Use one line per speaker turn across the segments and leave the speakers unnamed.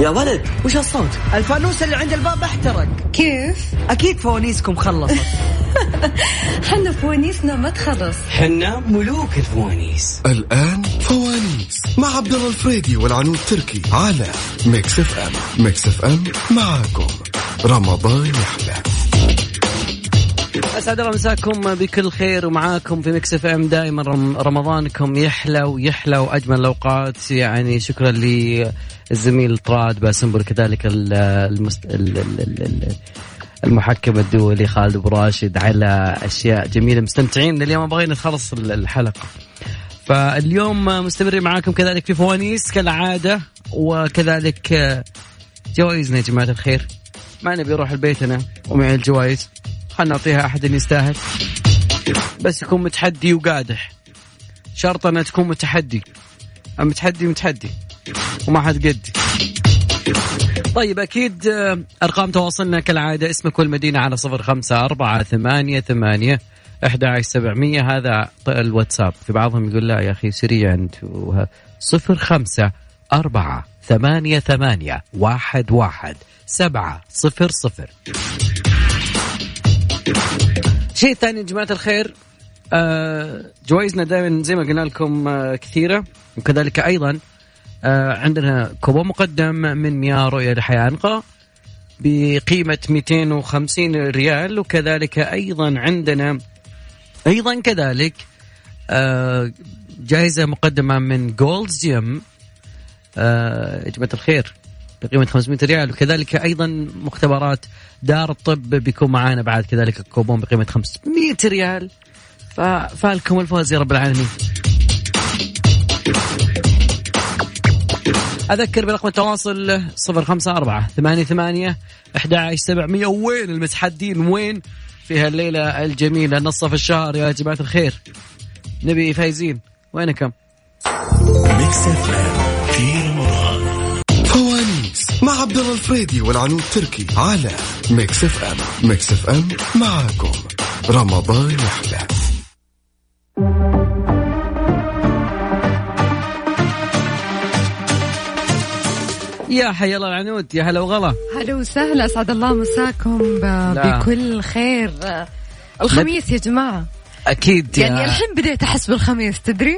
يا ولد وش هالصوت؟
الفانوس اللي عند الباب احترق
كيف؟
اكيد فوانيسكم خلصت
حنا فوانيسنا ما تخلص
حنا ملوك الفوانيس
الآن فوانيس مع عبد الله الفريدي والعنود تركي على ميكس اف ام ميكس اف ام معاكم رمضان يحلى
اسعد الله مساكم بكل خير ومعاكم في مكس اف ام دائما رم- رمضانكم يحلى ويحلى واجمل الاوقات يعني شكرا للزميل طراد باسنبل كذلك ال- المست... ال- ال- ال- ال- المحكم الدولي خالد ابو راشد على اشياء جميله مستمتعين اليوم بغينا نخلص ال- الحلقه فاليوم مستمرين معاكم كذلك في فوانيس كالعاده وكذلك جوائزنا يا جماعه الخير ما نبي اروح البيت انا ومعي الجوائز خلنا نعطيها احد اللي يستاهل بس يكون متحدي وقادح شرط انها تكون متحدي أما متحدي متحدي وما حد قدي طيب أكيد آه، أرقام تواصلنا كالعادة اسمك والمدينة على صفر خمسة أربعة ثمانية ثمانية أحد سبعمية هذا ط- الواتساب في بعضهم يقول لا يا أخي سريع أنت وه- صفر خمسة أربعة ثمانية ثمانية واحد واحد سبعة صفر صفر شيء الثاني يا جماعة الخير آه، جوائزنا دائما زي ما قلنا لكم آه، كثيرة وكذلك أيضا آه، عندنا كوبون مقدم من مياه رؤية لحياة أنقى بقيمة 250 ريال وكذلك أيضا عندنا أيضا كذلك آه، جائزة مقدمة من جولدز جيم آه، يا جماعة الخير بقيمة 500 ريال وكذلك أيضا مختبرات دار الطب بيكون معانا بعد كذلك الكوبون بقيمة 500 ريال ففالكم الفوز يا رب العالمين أذكر برقم التواصل 054 88 11700 وين المتحدين وين في هالليلة الجميلة نصف الشهر يا جماعة الخير نبي فايزين وينكم
ميكس اف ام في رمضان فوانيس مع عبد الله الفريدي والعنود تركي على ميكس اف ام ميكس اف ام معاكم رمضان يحلى
يا حي الله العنود يا هلا وغلا
هلا وسهلا اسعد الله مساكم ب...
لا.
بكل خير الخميس يا جماعه
أكيد يا
يعني الحين بديت احس بالخميس تدري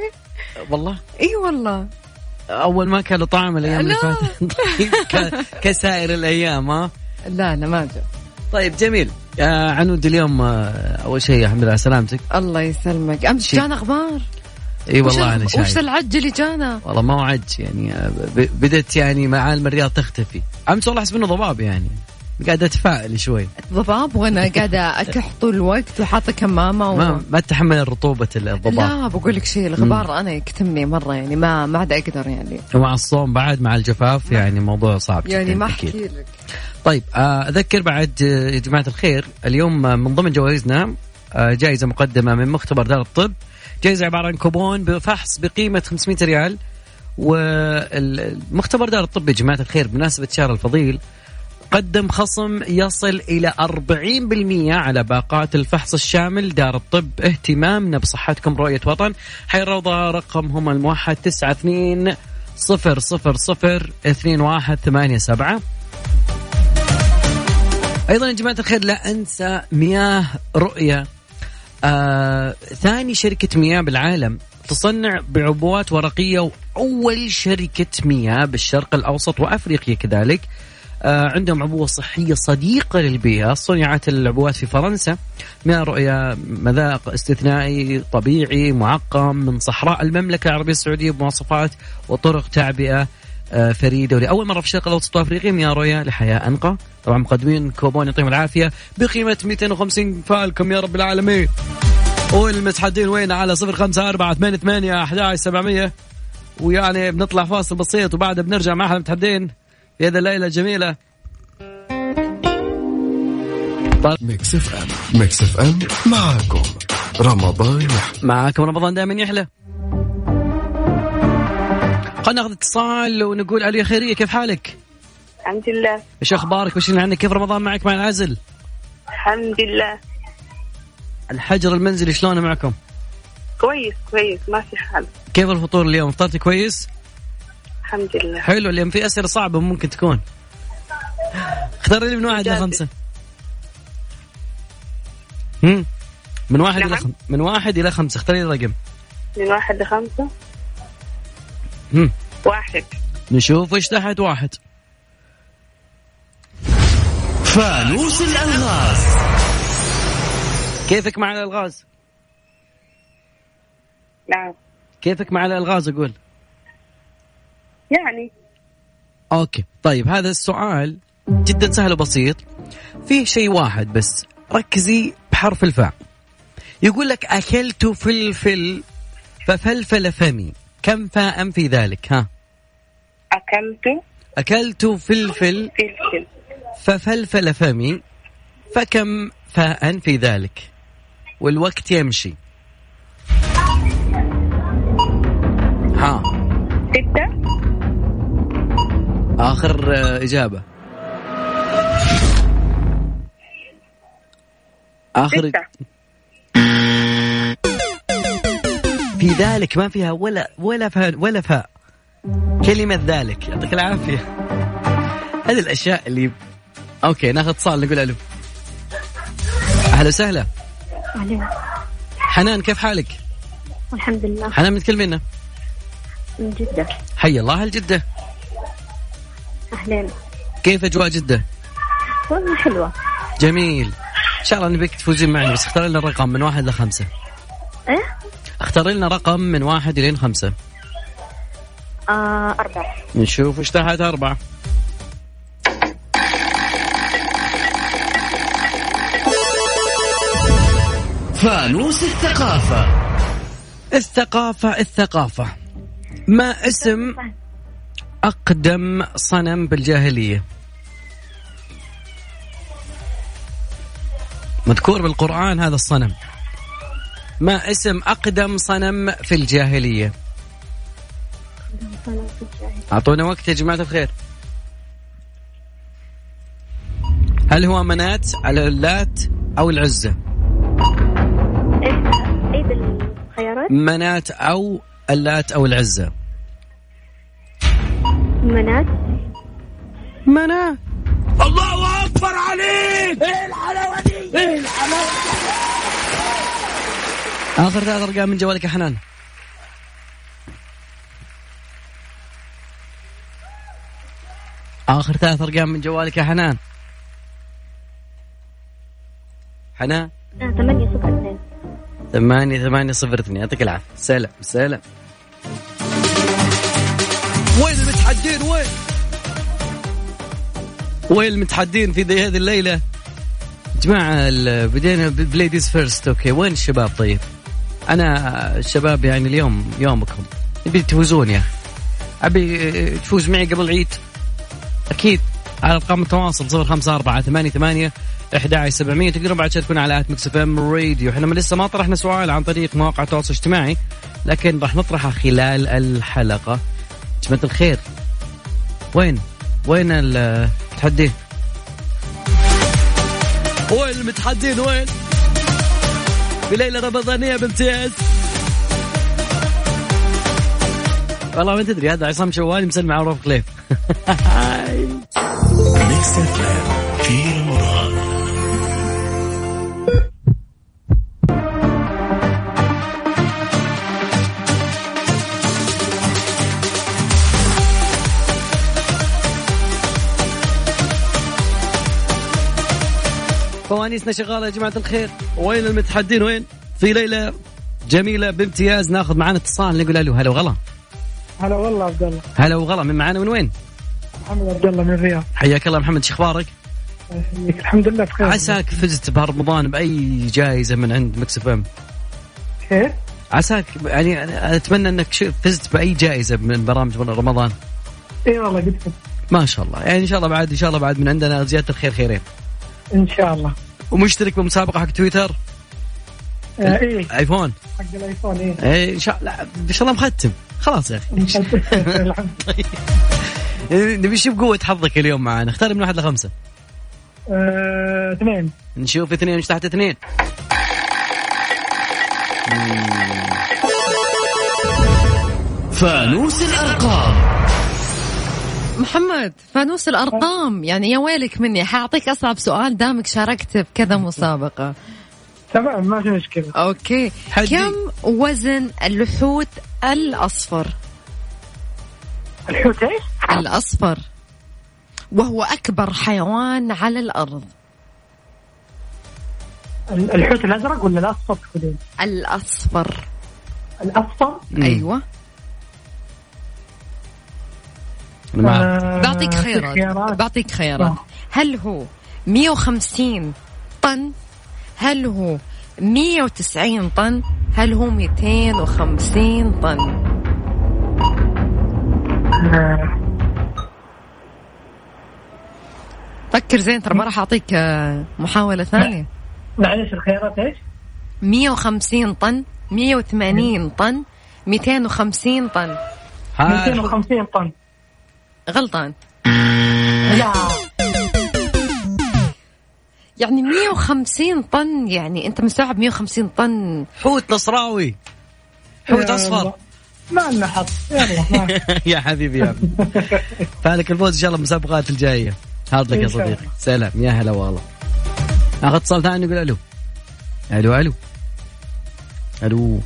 والله
اي والله
اول ما كان له طعم الايام اللي
لا.
فاتت طيب، ك- كسائر الايام ها
لا لا ما جاء
طيب جميل آه عنود اليوم آه اول شيء الحمد لله على سلامتك
الله يسلمك امس
شي.
جانا غبار
اي والله
وش-
انا
وش
شايف
العج اللي جانا
والله ما وعج يعني آه، ب- بدت يعني معالم الرياض تختفي امس والله احس انه ضباب يعني قاعد اتفائل شوي
ضباب وانا قاعده اكح طول الوقت وحاطه كمامه و...
ما ما تحمل رطوبه الضباب
لا بقول لك شيء الغبار انا يكتمني مره يعني ما ما عاد اقدر يعني
ومع الصوم بعد مع الجفاف يعني موضوع صعب
يعني
جداً
ما
أكيد.
احكي لك
طيب آه، اذكر بعد آه، يا جماعه الخير اليوم آه، من ضمن جوائزنا آه، جائزه مقدمه من مختبر دار الطب جائزه عباره عن كوبون بفحص بقيمه 500 ريال والمختبر دار الطب يا جماعه الخير بمناسبه شهر الفضيل قدم خصم يصل إلى 40% على باقات الفحص الشامل دار الطب اهتمامنا بصحتكم رؤية وطن حي الروضة رقمهم الموحد 92 صفر صفر صفر اثنين واحد ثمانية سبعة ايضا يا جماعه الخير لا انسى مياه رؤيه آه، ثاني شركه مياه بالعالم تصنع بعبوات ورقيه واول شركه مياه بالشرق الاوسط وافريقيا كذلك آه، عندهم عبوه صحيه صديقه للبيئه صنعت العبوات في فرنسا مياه رؤيه مذاق استثنائي طبيعي معقم من صحراء المملكه العربيه السعوديه بمواصفات وطرق تعبئه آه، فريده ولاول مره في الشرق الاوسط وافريقيا مياه رؤيه لحياه انقى طبعا مقدمين كوبون يعطيهم العافيه بقيمه 250 فالكم يا رب العالمين والمتحدين وين على 054 88 11700 ويعني بنطلع فاصل بسيط وبعدها بنرجع مع احلى متحدين في هذه الليله الجميله
ميكس اف ام ميكس اف ام معاكم رمضان يحلى
معاكم رمضان دائما يحلى خلينا ناخذ اتصال ونقول الو يا خيريه كيف حالك؟
الحمد لله
ايش اخبارك؟ بشرنا عنك كيف رمضان معك مع العزل؟
الحمد لله
الحجر المنزلي شلونه معكم؟
كويس كويس ما في حال
كيف الفطور اليوم؟ فطرت كويس؟
الحمد لله
حلو لان في اسئله صعبه ممكن تكون اختار لي من واحد
إيجابي.
لخمسه مم. من واحد
نعم.
الى خم... من واحد الى خمسه اختاري لي رقم
من واحد لخمسة
مم.
واحد
نشوف ايش تحت واحد
فانوس الالغاز
كيفك مع الالغاز
نعم
كيفك مع الالغاز اقول
يعني
اوكي طيب هذا السؤال جدا سهل وبسيط فيه شيء واحد بس ركزي بحرف الفاء يقول لك اكلت فلفل ففلفل فمي كم فاء في ذلك ها
أكلت
اكلت فلفل
فلفل
ففلفل فمي فكم فاء في ذلك والوقت يمشي ها
ستة
اخر آه، اجابه اخر
ستة
في ذلك ما فيها ولا ولا فاء ولا فاء كلمة ذلك يعطيك العافية هذه الأشياء اللي أوكي ناخذ اتصال نقول ألو أهلا وسهلا
عليهم
حنان كيف حالك؟
والحمد لله
حنان متكلمينا
من جدة
حي الله أهل جدة
أهلين
كيف أجواء جدة؟
والله حلوة
جميل إن شاء الله نبيك تفوزين معنا بس اختاري لنا رقم من واحد لخمسة
إيه
اختاري لنا رقم من واحد لين خمسة
آه أربعة
نشوف ايش تحت أربعة
فانوس الثقافة
الثقافة الثقافة ما اسم أقدم صنم بالجاهلية مذكور بالقرآن هذا الصنم ما اسم أقدم صنم في الجاهلية
أنا في الجاهل.
أعطونا وقت يا جماعة الخير هل هو منات على اللات أو العزة
إيه إيه بالخيارات
منات أو اللات أو العزة
منات
منات
الله اكبر عليك
آخر ثلاث أرقام من جوالك يا حنان آخر ثلاث أرقام من جوالك يا حنان حنان
آه ثمانية صفر اثنين
ثمانية ثمانية صفر اثنين يعطيك العافية سلام سلام وين المتحدين وين وين المتحدين في ذي- هذه الليلة جماعة ال- بدينا ب- بليديز فيرست اوكي وين الشباب طيب أنا الشباب يعني اليوم يومكم نبي تفوزون يا أخي أبي اه، تفوز معي قبل العيد أكيد على أرقام التواصل 054 11700 تقدرون بعد تشاركونا على آت ميكس ام راديو احنا ما لسه ما طرحنا سؤال عن طريق مواقع التواصل الاجتماعي لكن راح نطرحه خلال الحلقة جماعة الخير وين وين ال- التحدي وين المتحدين وين بليلة رمضانية بامتياز والله ما تدري هذا عصام شوالي مسلمع عروف خليف
ميكس اف ام في المرة
فوانيسنا شغاله يا جماعه الخير وين المتحدين وين في ليله جميله بامتياز ناخذ معانا اتصال نقول الو هلا وغلا
هلا والله عبد الله
هلا وغلا من معانا من وين
محمد عبد الله من الرياض
حياك الله محمد شخبارك
الله يحييك. الحمد لله بخير
عساك فزت بهرمضان باي جائزه من عند مكس اف ام
كيف؟
عساك يعني أنا اتمنى انك ش- فزت باي جائزه من برامج من رمضان
اي والله قد كنت.
ما شاء الله يعني ان شاء الله بعد ان شاء الله بعد من عندنا زياده الخير خيرين
ان شاء الله
ومشترك بمسابقه حق تويتر
آه ايه
ايفون
حق الايفون ايه
إيه، ان شاء الله ان شاء الله مختم خلاص يا اخي
إن شاء الله. الحمد
نبي نشوف قوه حظك اليوم معانا اختار من واحد لخمسه
آه، اثنين
نشوف اثنين وش تحت اثنين
فانوس الارقام
محمد فانوس الارقام يعني يا ويلك مني حاعطيك اصعب سؤال دامك شاركت بكذا مسابقه
تمام ما في مشكلة
اوكي
حدي.
كم وزن اللحوت الاصفر
الحوت ايش؟
الاصفر وهو اكبر حيوان على الارض
ال- الحوت الازرق ولا الاصفر تقولين؟
الاصفر
الاصفر
ايوه
أنا ما أعرف.
آه،
بعطيك
في
خيارات
خيارات
بعطيك خيارات
آه.
هل هو 150 طن هل هو 190 طن هل هو 250 طن
آه،
فكر زين ترى ما راح اعطيك آه، محاولة ثانية
معلش الخيارات ايش؟
150 طن 180 طن 250 طن
ها
250 طن
غلطان
لا
يعني 150 طن يعني انت مستوعب 150 طن
حوت نصراوي حوت
يا
اصفر
الله. آه، ما لنا حظ يلا ما-
يا حبيبي يا عبد فالك الفوز ان شاء الله المسابقات الجايه هارد لك يا
إن شاء
صديقي سلام يا هلا والله اخذ اتصال ثاني يقول الو الو الو الو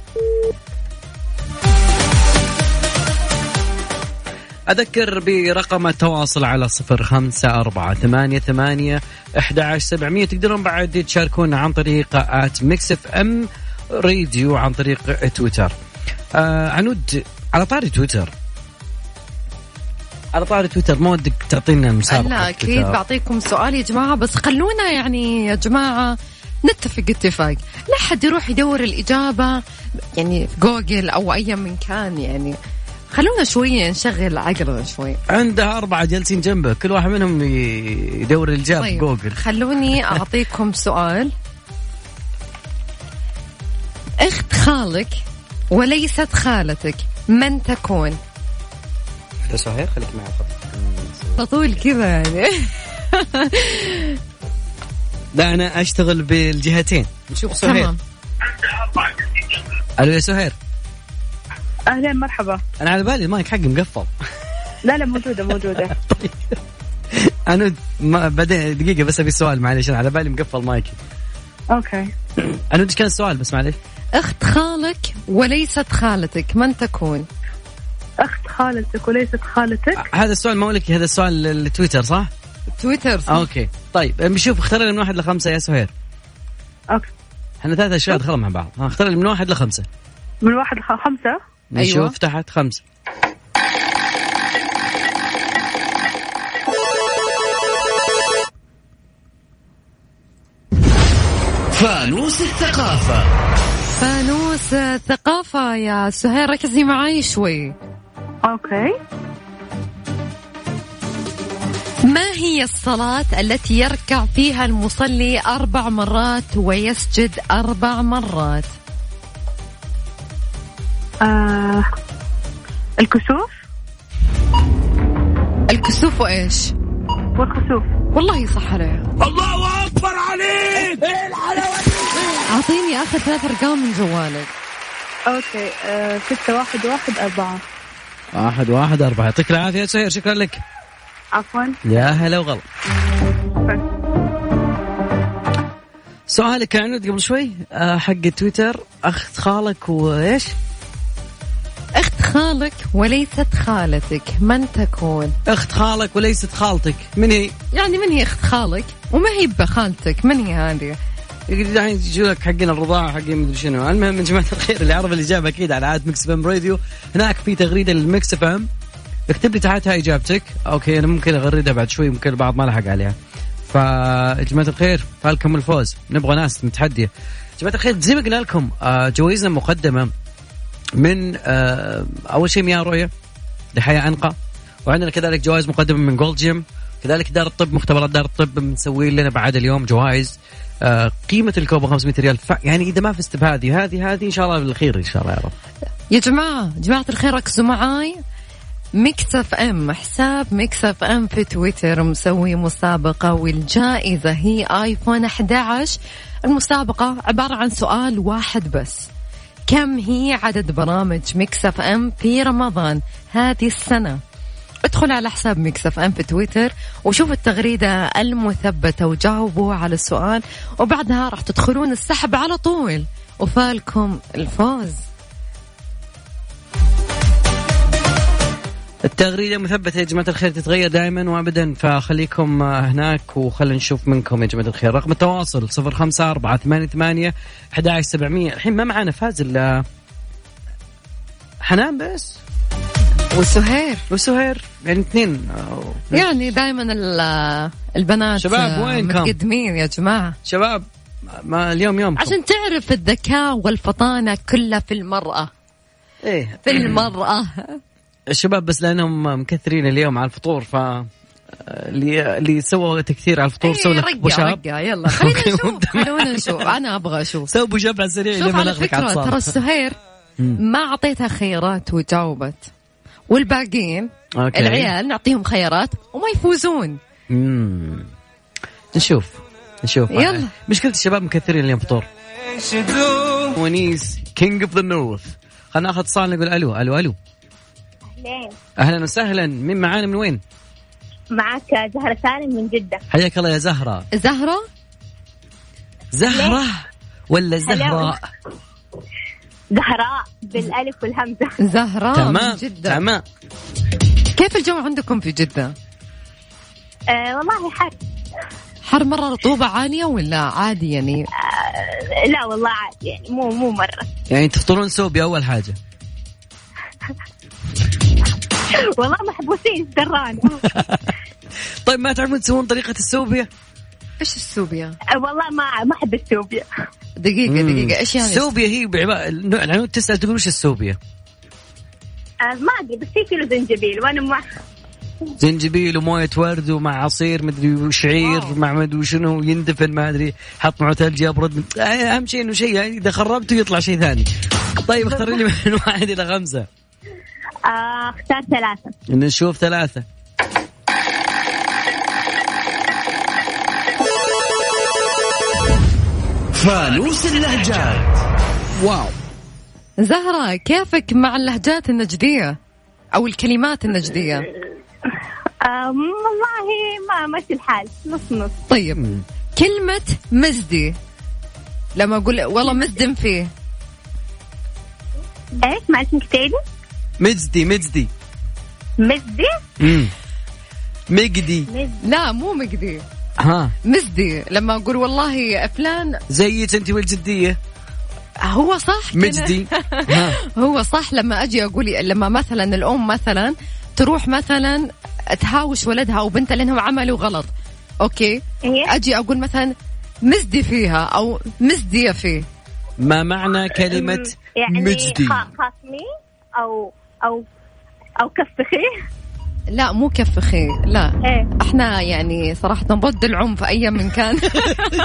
أذكر برقم التواصل على صفر خمسة أربعة ثمانية ثمانية أحد عشر سبعمية تقدرون بعد تشاركونا عن طريق آت ميكس اف ام راديو عن طريق تويتر آه عنود على طاري تويتر على طاري تويتر ما ودك تعطينا المسابقة
لا اكيد
تويتر.
بعطيكم سؤال يا جماعه بس خلونا يعني يا جماعه نتفق اتفاق لا حد يروح يدور الاجابه يعني في جوجل او اي مكان يعني خلونا شويه نشغل عقلنا شوي
عندها أربعة جالسين جنبه كل واحد منهم ي- يدور الإجابة في جوجل
طيب، خلوني اعطيكم سؤال اخت خالك وليست خالتك من تكون
هذا سهير خليك معي
تطول كذا يعني
لا أنا أشتغل بالجهتين نشوف سهير
تمام
ألو يا سهير
اهلين مرحبا
أنا على بالي المايك حقي مقفل
لا لا موجوده موجوده
انا ما بعدين دقيقه بس ابي السؤال معلش انا على بالي مقفل مايكي
اوكي
انا ايش كان السؤال بس معلش
اخت خالك وليست خالتك من تكون
اخت خالتك وليست خالتك
هذا السؤال ما هو لك هذا السؤال التويتر صح؟
تويتر
اوكي طيب بنشوف اختار لي من واحد لخمسه يا سهير
اوكي
احنا ثلاث اشياء دخلنا مع بعض ها، اختار لي من واحد لخمسه
من واحد لخمسه
نشوف
أيوة.
تحت خمسه
فانوس الثقافة
فانوس آه، ثقافة يا سهير ركزي معي شوي
اوكي
ما هي الصلاة التي يركع فيها المصلي أربع مرات ويسجد أربع مرات
آه. الكسوف
الكسوف وإيش
والخسوف
والله صح عليها
الله أكبر عليك
أعطيني آخر ثلاث أرقام من جوالك
اوكي آه. ستة واحد واحد أربعة
واحد واحد اربعه يعطيك العافيه يا سهير شكرا لك
عفوا
يا هلا وغلا سؤالك يا عنود قبل شوي آه، حق تويتر اخت خالك وايش؟
أخت خالك وليست خالتك من تكون
اخت خالك وليست خالتك من هي؟
يعني من هي أخت خالك وما هي بخالتك من هي هذه
الحين يجوا لك حقنا الرضاعه حقين مدري شنو المهم يا جماعه الخير اللي عرف الاجابه اكيد على عاد مكس ام راديو هناك في تغريده للمكس اف ام اكتب لي تحتها اجابتك اوكي انا ممكن اغردها بعد شوي ممكن البعض ما لحق عليها فيا جماعه الخير فالكم الفوز نبغى ناس متحديه جماعه الخير زي ما قلنا لكم آه، جوائزنا مقدمه من آه، اول شيء مياه رؤيه لحياه انقى وعندنا كذلك جوائز مقدمه من جولد جيم كذلك دار الطب مختبرات دار الطب مسوي لنا بعد اليوم جوائز آه، قيمه الكوبا 500 ريال ف... يعني اذا ما فزت بهذه هذه هذه ان شاء الله بالخير ان شاء الله يا رب
يا جماعة جماعة الخير ركزوا معاي ميكس اف ام حساب ميكس اف ام في تويتر مسوي مسابقة والجائزة هي ايفون 11 المسابقة عبارة عن سؤال واحد بس كم هي عدد برامج ميكس اف ام في رمضان هذه السنة ادخل على حساب مكسف ام في تويتر وشوف التغريدة المثبتة وجاوبوا على السؤال وبعدها راح تدخلون السحب على طول وفالكم الفوز
التغريده مثبته يا جماعه الخير تتغير دائما وابدا فخليكم آه، هناك وخلينا نشوف منكم يا جماعه الخير رقم التواصل 054 11700 الحين ما معنا فاز الا حنان بس
وسهير
وسهير يعني اثنين آه، أو-
يعني دائما البنات
شباب، وينكم؟
متقدمين يا جماعة
شباب ما اليوم يوم
عشان تعرف الذكاء والفطانة كلها في المرأة
ايه
في المرأة
الشباب بس لانهم مكثرين اليوم على الفطور ف اللي اللي سووا تكثير على الفطور سووا
إيه،
لك ابو
رقة
شاب
رقة يلا خلينا
أوكي،
نشوف
ممتاز.
خلونا نشوف أنا أبغى أشوف
سووا ابو شاب على السريع
شوف
لما
على
لغلق
فكرة
أعصابك.
ترى السهير ما أعطيتها خيارات وجاوبت والباقيين
أوكي.
العيال نعطيهم خيارات وما يفوزون
مم. نشوف نشوف
يلا.
مشكلة الشباب مكثرين اليوم فطور ونيس كينج اوف ذا نورث خلينا ناخذ اتصال نقول الو الو الو
أهلين
اهلا وسهلا مين معانا من وين؟
معك زهرة سالم من جدة
حياك الله يا زهرة
زهرة
زهرة ولا زهرة
زهراء بالألف والهمزة
زهرة آه، من
تمام
جدة
تمام
كيف الجو عندكم في جدة؟
آه والله حر
حر مرة رطوبة عالية ولا عادي يعني
آه لا والله عادي يعني مو مو مرة
يعني تفطرون سوبي اول حاجة
والله محبوسين في دران
طيب ما تعرفون تسوون طريقة السوبية؟
ايش السوبيا؟
آه، والله ما ما أحب السوبيا
دقيقة دقيقة ايش يعني
السوبية هي بعبارة العنود تسأل تقول وش السوبية؟
آه ما أدري بس في كيلو زنجبيل وأنا ما
زنجبيل ومويه ورد ومع عصير مدري وشعير مع مدري وشنو يندفن ما ادري حط معه ثلج يبرد اهم شيء انه شيء يعني اذا خربته يطلع شيء ثاني طيب اختار لي من واحد الى خمسه
آه اختار ثلاثة
نشوف ثلاثه
فانوس اللهجات
واو
زهرة كيفك مع اللهجات النجدية أو الكلمات النجدية
آه والله ما ماشي الحال نص نص
طيب كلمة مزدي لما أقول والله مزدم فيه
ايش ما اسمك تاني؟
مجدي مجدي
مزي
مم. مجدي
لا مو مقدي
ها
مزدي لما أقول والله فلان
زيك انت والجديه
هو صح كده.
مجدي ها
هو صح لما أجي أقول لما مثلا الأم مثلا تروح مثلا تهاوش ولدها أو بنتها لأنهم عملوا غلط أوكي
إيه.
أجي أقول مثلا مزدي فيها أو مزدية فيه
ما معنى كلمه
يعني
مجدي
خا- خاصمي او او او كفخي
لا مو كف خير لا
ايه
احنا يعني صراحة ضد العنف ايا من كان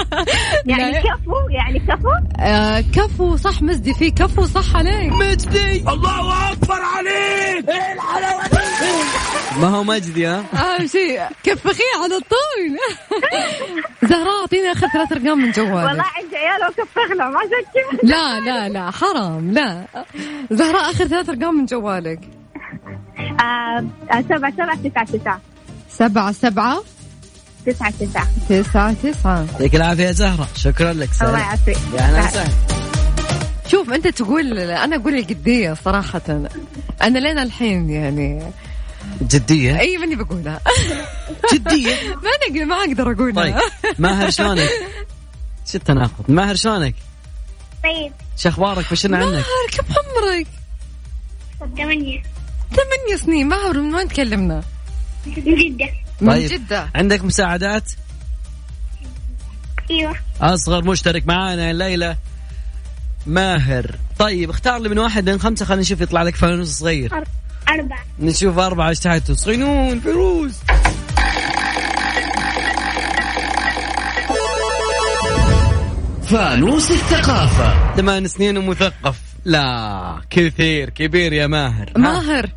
يعني كفو يعني كفو
آه كفو صح مزدي فيه كفو صح عليك
مجدي
الله اكبر عليك ايه الحلاوه دي
ما هو مجدي ها
اهم شيء كفخيه على طول زهراء اعطيني اخذ ثلاث ارقام من
والله
جوالك
عندي عيال وكفخنا ما شكل
لا لا لا حرام لا زهراء اخر ثلاث ارقام من جوالك
آه، سبعة سبعة تسعة تسعة
سبعة سبعة
تسعة تسعة
تسعة تسعة
يعطيك العافيه يا زهره شكرا لك
الله
سهلا
يعافيك
يا اهلا وسهلا
شوف انت تقول انا اقول الجدية صراحة انا لين الحين يعني
جديه
أيوه.
اي ماني بقولها
جديه
ما أنا- ما اقدر اقولها
طيب ماهر شلونك؟ شو التناقض؟ ماهر شلونك؟
طيب
شو اخبارك؟ وشنا عنك؟
ماهر كم عمرك؟
ثمانية
ثمانية سنين ماهر من وين تكلمنا؟
جدة
من
طيب.
جدة
عندك مساعدات؟
ايوه
اصغر مشترك معانا الليله ماهر طيب اختار لي من واحد لين خمسه خلينا نشوف يطلع لك فانوس صغير
أربعة
نشوف اربعه ايش تحته صغنون فيروز
فانوس الثقافه
ثمان سنين ومثقف لا كثير كبير يا ماهر
ماهر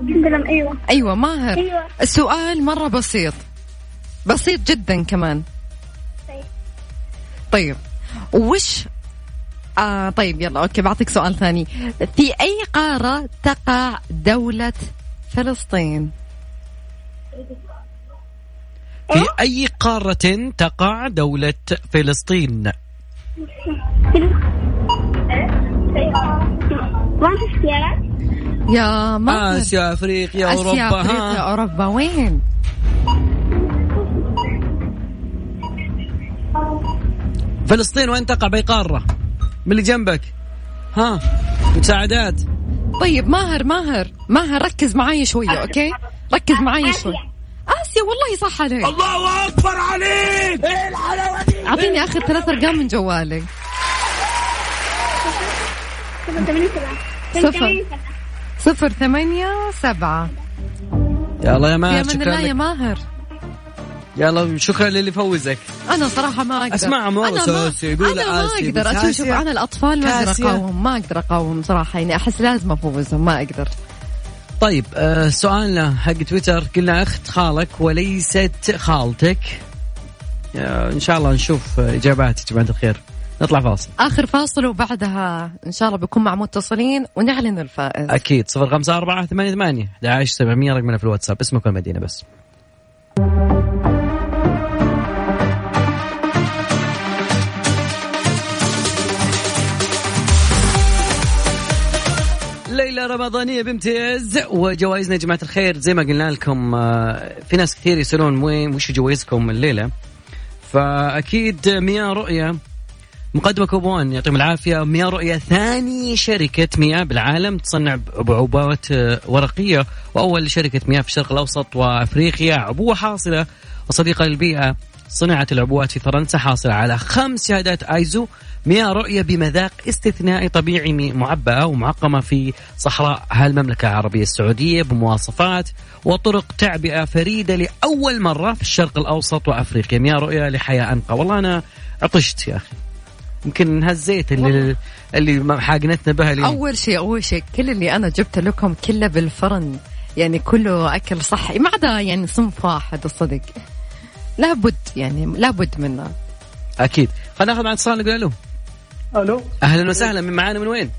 عندنا ايوه
أيوة ماهر
ايوه
السؤال مرة بسيط بسيط جدا كمان
طيب.
طيب وش آه طيب يلا أوكي بعطيك سؤال ثاني في أي قارة تقع دولة فلسطين
في أي قارة تقع دولة فلسطين؟
أيوة. ما في اختيارات؟
يا مصر
آسيا أفريقيا
آسيا
أوروبا
أفريقيا
ها
أوروبا وين
فلسطين وين تقع بأي قارة؟ من اللي جنبك ها مساعدات
طيب ماهر ماهر ماهر ركز معاي شوية أوكي ركز معاي شوي آسيا والله صح عليك
الله اكبر عليك ايه الحلاوه دي
أعطيني آخر ثلاث أرقام من جوالك
صفر ثمانية سبعة
صفر. صفر ثمانية سبعة
يا الله يا
يا
ماهر
من الله
شكرا
يا
آه، لك
ماهر
يا الله شكرا للي فوزك
أنا صراحة ما أقدر
أسمعهم والله
أنا ما,
سوسي، يقول
أنا ما
آسيا،
أقدر
بس
أشوف شوف
آسيا.
أنا الأطفال ما أقدر
آسيا.
أقاوم ما أقدر أقاوم صراحة يعني أحس لازم أفوزهم ما أقدر
طيب آه سؤالنا حق تويتر قلنا اخت خالك وليست خالتك آه ان شاء الله نشوف اجابات يا جماعه الخير نطلع فاصل
آخر فاصل وبعدها إن شاء الله بكون مع متصلين ونعلن الفائز
اكيد 054 88 11700 رقمنا في الواتساب اسمك والمدينه بس ليلة رمضانية بامتياز وجوائزنا يا جماعة الخير زي ما قلنا لكم آه، في ناس كثير يسألون وين وش جوائزكم الليلة فأكيد مياه رؤية مقدمة كوبون يعطيهم العافية مياه رؤية ثاني شركة مياه بالعالم تصنع بعبوات آه، ورقية وأول شركة مياه في الشرق الأوسط وأفريقيا عبوة حاصلة وصديقة للبيئة صناعة العبوات في فرنسا حاصلة على خمس شهادات آيزو مياه رؤية بمذاق استثنائي طبيعي معبأة ومعقمة في صحراء هالمملكة العربية السعودية بمواصفات وطرق تعبئة فريدة لأول مرة في الشرق الأوسط وأفريقيا مياه رؤية لحياة أنقى والله أنا عطشت يا أخي يمكن هالزيت اللي اللي حاقنتنا بها اليوم
اول شيء اول شيء كل اللي انا جبته لكم كله بالفرن يعني كله اكل صحي ما عدا يعني صنف واحد الصدق لابد يعني لابد منه
اكيد خلينا ناخذ مع اتصال نقول له
الو
اهلا وسهلا من معانا من وين؟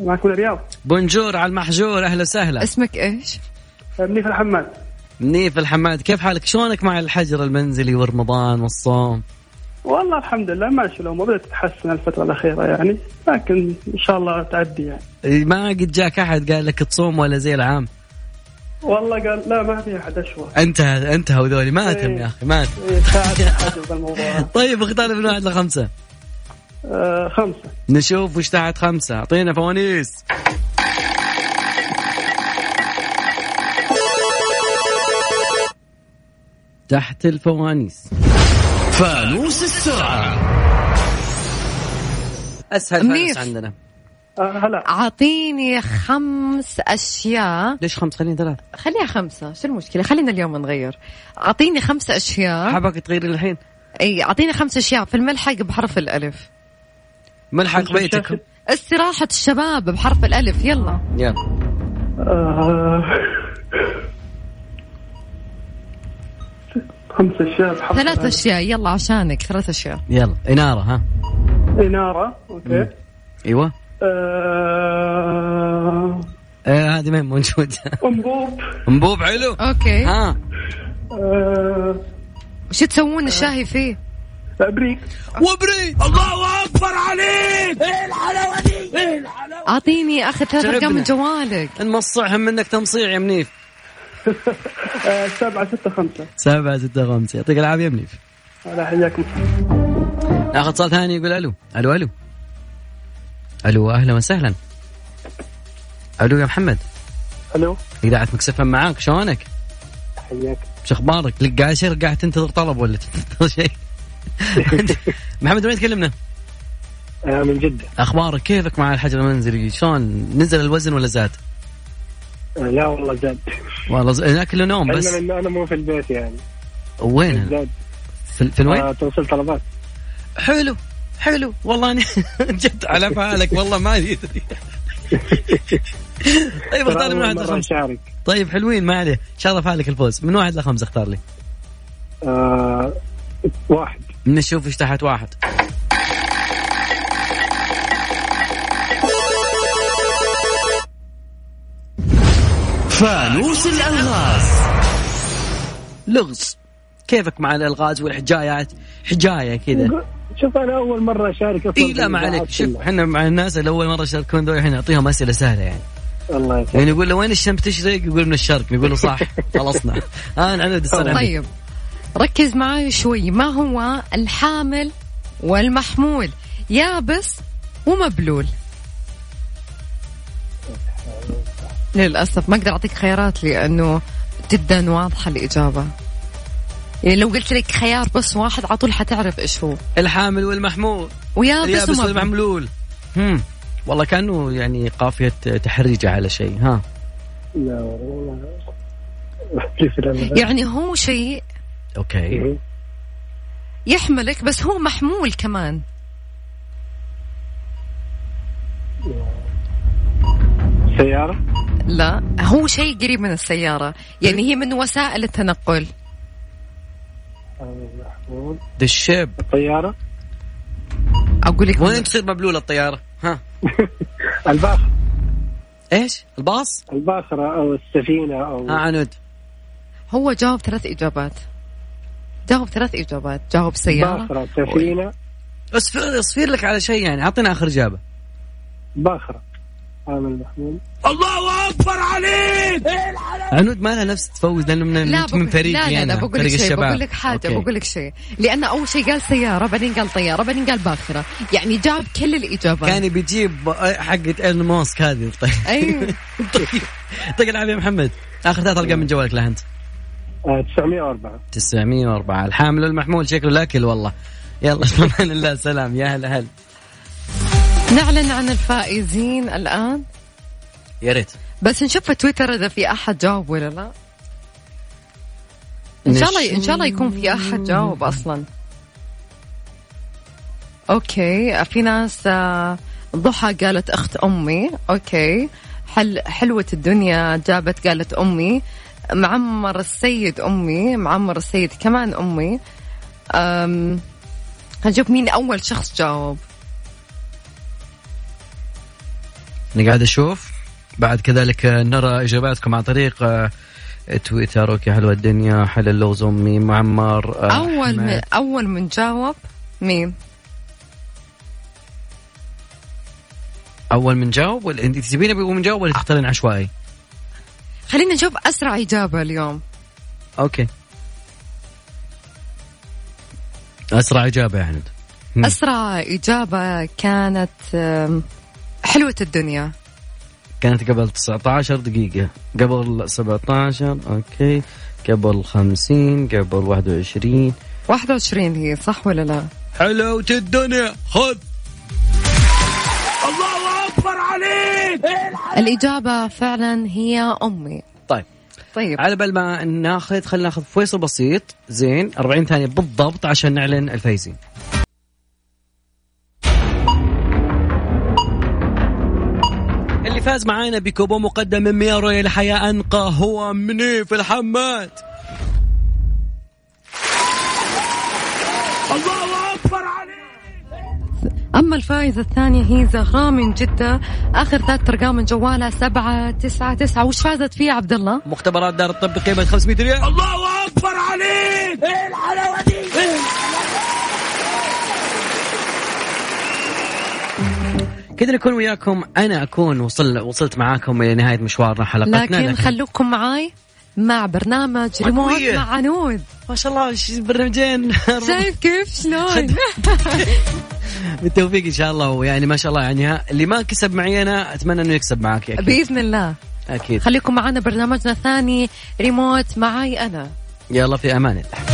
معكم الرياض
بونجور على المحجور اهلا وسهلا
اسمك ايش
منيف الحماد
منيف الحماد كيف حالك؟ شلونك مع الحجر المنزلي ورمضان والصوم؟
والله الحمد لله ماشي الامور بدات تتحسن الفتره الاخيره يعني لكن ان شاء الله تعدي يعني
ما قد جاك احد قال لك تصوم ولا زي العام
والله قال لا ما في احد اشوى
انتهى انتهى وذولي ما اتم يا اخي ما أتم.
إيه، ساعد أحد بالموضوع
طيب اختار من واحد لخمسه
آه خمسه
نشوف وش تحت خمسة أعطينا فوانيس تحت الفوانيس
فانوس السرعه
أسهل
منيف.
فانوس عندنا
آه هلا
اعطيني خمس اشياء
ليش خمس خلينا ثلاث
خليها خمسه شو المشكله خلينا اليوم نغير اعطيني خمس اشياء
حبك تغيري الحين
اي اعطيني خمس اشياء في الملحق بحرف الالف
ملحق بيتك
استراحه الشباب بحرف الالف يلا
يلا
آه خمس اشياء بحرف
ثلاث
الألف.
اشياء يلا عشانك ثلاث اشياء
يلا إنارة ها
اناره اوكي
أيوة
آه
آه، هذه ما هي موجودة
انبوب
انبوب حلو
اوكي
ها
آه
وش تسوون الشاهي فيه
ابريق
وبريد
الله اكبر عليك ايه الحلاوه دي ايه الحلاوه
اعطيني اخر ثلاث
تعبنا.
ارقام من جوالك
نمصعهم منك تمصيع يا منيف
آه سبعه سته خمسه
سبعة ستة خمسة يعطيك العافية يا منيف
هلا حياكم
ناخذ اتصال ثاني يقول الو الو الو الو اهلا وسهلا الو يا محمد
الو
اذاعه مكسفه معاك شلونك؟
حياك
شو اخبارك؟ لك قاعد شيء قاعد تنتظر طلب ولا تنتظر شيء؟ محمد وين تكلمنا؟
آه من جده
اخبارك كيفك مع الحجر المنزلي؟ شلون نزل الوزن ولا زاد؟
آه لا والله زاد
والله ز- اكل نوم بس
علما انه انا مو في البيت يعني
وين
زاد
في, في الوين؟
آه توصيل طلبات
حلو حلو والله أنا جد على بالك والله ما يدري طيب
ترى
اختار من
أول
واحد
مرة
لخمسة
أشارك
طيب حلوين ما عليه ان شاء الله فالك الفوز من واحد لخمسة اختار لي
آه واحد
نشوف ايش تحت واحد فانوس الالغاز لغز كيفك مع الالغاز والحجايات حجايه كذا
شوف انا اول مره اشارك أصلاً
اي إيه، لا ما
بالإذاعات
عليك شوف
كلها.
احنا مع الناس اللي اول مره يشاركون دول احنا نعطيهم اسئله سهله يعني
الله يسلمك
يعني يقول له وين الشمس تشرق يقول من الشرق يقول له صح خلصنا آه، انا انا دسان عندي.
طيب ركز معي شوي ما هو الحامل والمحمول يابس ومبلول للأسف ما أقدر أعطيك خيارات لأنه جدا واضحة الإجابة يعني لو قلت لك خيار بس واحد على طول حتعرف إيش هو
الحامل والمحمول
ويابس
اليابس
ومبلول
والمملول هم. والله كانه يعني قافيه تحريجه على شيء ها
لا والله كيف لا
يعني هو شيء
اوكي
إيه.
يحملك بس هو محمول كمان
سيارة
لا هو شيء قريب من السيارة يعني هي من وسائل التنقل
محمول
دشيب
طيارة
أقول لك
وين تصير مبلوله الطياره ها
الباخرة
ايش الباص
الباخرة أو السفينة أو
ها عنود
هو جاوب ثلاث إجابات جاوب ثلاث إجابات جاوب سيارة
باخرة سفينة
اصفر اصفر لك على شيء يعني اعطينا اخر اجابه
باخرة عامل محمول
الله اكبر عليك ايه الحلاوه
عنود ما لها نفس تفوز لانه من
لا
من
بقول
فريقي
لا لا, لا
انا
بقول لك
فريق
شيء
الشباب
بقول لك حاجة
أوكي.
بقول لك شيء لأن أول شيء قال سيارة بعدين قال طيارة بعدين قال باخرة يعني جاب كل الإجابات
كان بيجيب حقة ايلون ماسك هذه طيب
أيوه
يعطيك العافيه يا محمد اخر ثلاث ارقام من جوالك لا انت
آه، 904
904 الحامل والمحمول شكله لاكل والله يلا في امان الله سلام يا هلا هلا
نعلن عن الفائزين الآن
يا ريت
بس نشوف في تويتر إذا في أحد جاوب ولا لا ان شاء الله ان شاء الله يكون في احد جاوب اصلا اوكي في ناس آه، ضحى قالت اخت امي اوكي حل حلوه الدنيا جابت قالت امي معمر السيد امي معمر السيد كمان امي أم هنشوف مين اول شخص جاوب
انا قاعد اشوف بعد كذلك آه، نرى اجاباتكم عن طريق آه، تويتر اوكي حلوه الدنيا حل اللوز امي معمر آه،
اول من
أحمد.
اول من جاوب مين
اول من جاوب ولا انت تبين ابي من جاوب ولا تختارين عشوائي؟
خلينا نشوف اسرع اجابه اليوم
اوكي اسرع اجابه يا هند مم.
اسرع اجابه كانت أم، حلوه الدنيا
كانت قبل 19 دقيقة قبل 17 اوكي قبل 50 قبل 21
21 هي صح ولا لا؟
حلاوة الدنيا خذ
الله اكبر عليك ايه
الإجابة فعلا هي أمي
طيب
طيب
على بال ما ناخذ خلينا ناخذ فيصل بسيط زين 40 ثانية بالضبط عشان نعلن الفايزين اللي فاز معانا بكوبون مقدم من 100 رؤية لحياة أنقى هو منيف الحماد
الله اكبر عليك
أما الفائزة الثانية هي زهراء من جدة آخر ثلاث أرقام من جوالها سبعة تسعة تسعة وش فازت فيه عبد الله؟
مختبرات دار الطب بقيمة 500 ريال
الله اكبر عليك ايه الحلاوه دي إيه
كذا نكون وياكم انا اكون وصل وصلت معاكم الى نهايه مشوارنا حلقتنا
لكن خلوكم معاي مع برنامج ريموت
قوية.
مع عنود
ما شاء الله ش- برنامجين
شايف كيف شلون؟
بالتوفيق ان شاء الله ويعني ما شاء الله يعني ها- اللي ما كسب معي انا اتمنى انه يكسب معك اكيد
بإذن الله
اكيد
خليكم معنا برنامجنا الثاني ريموت معي أنا
يلا في امان الله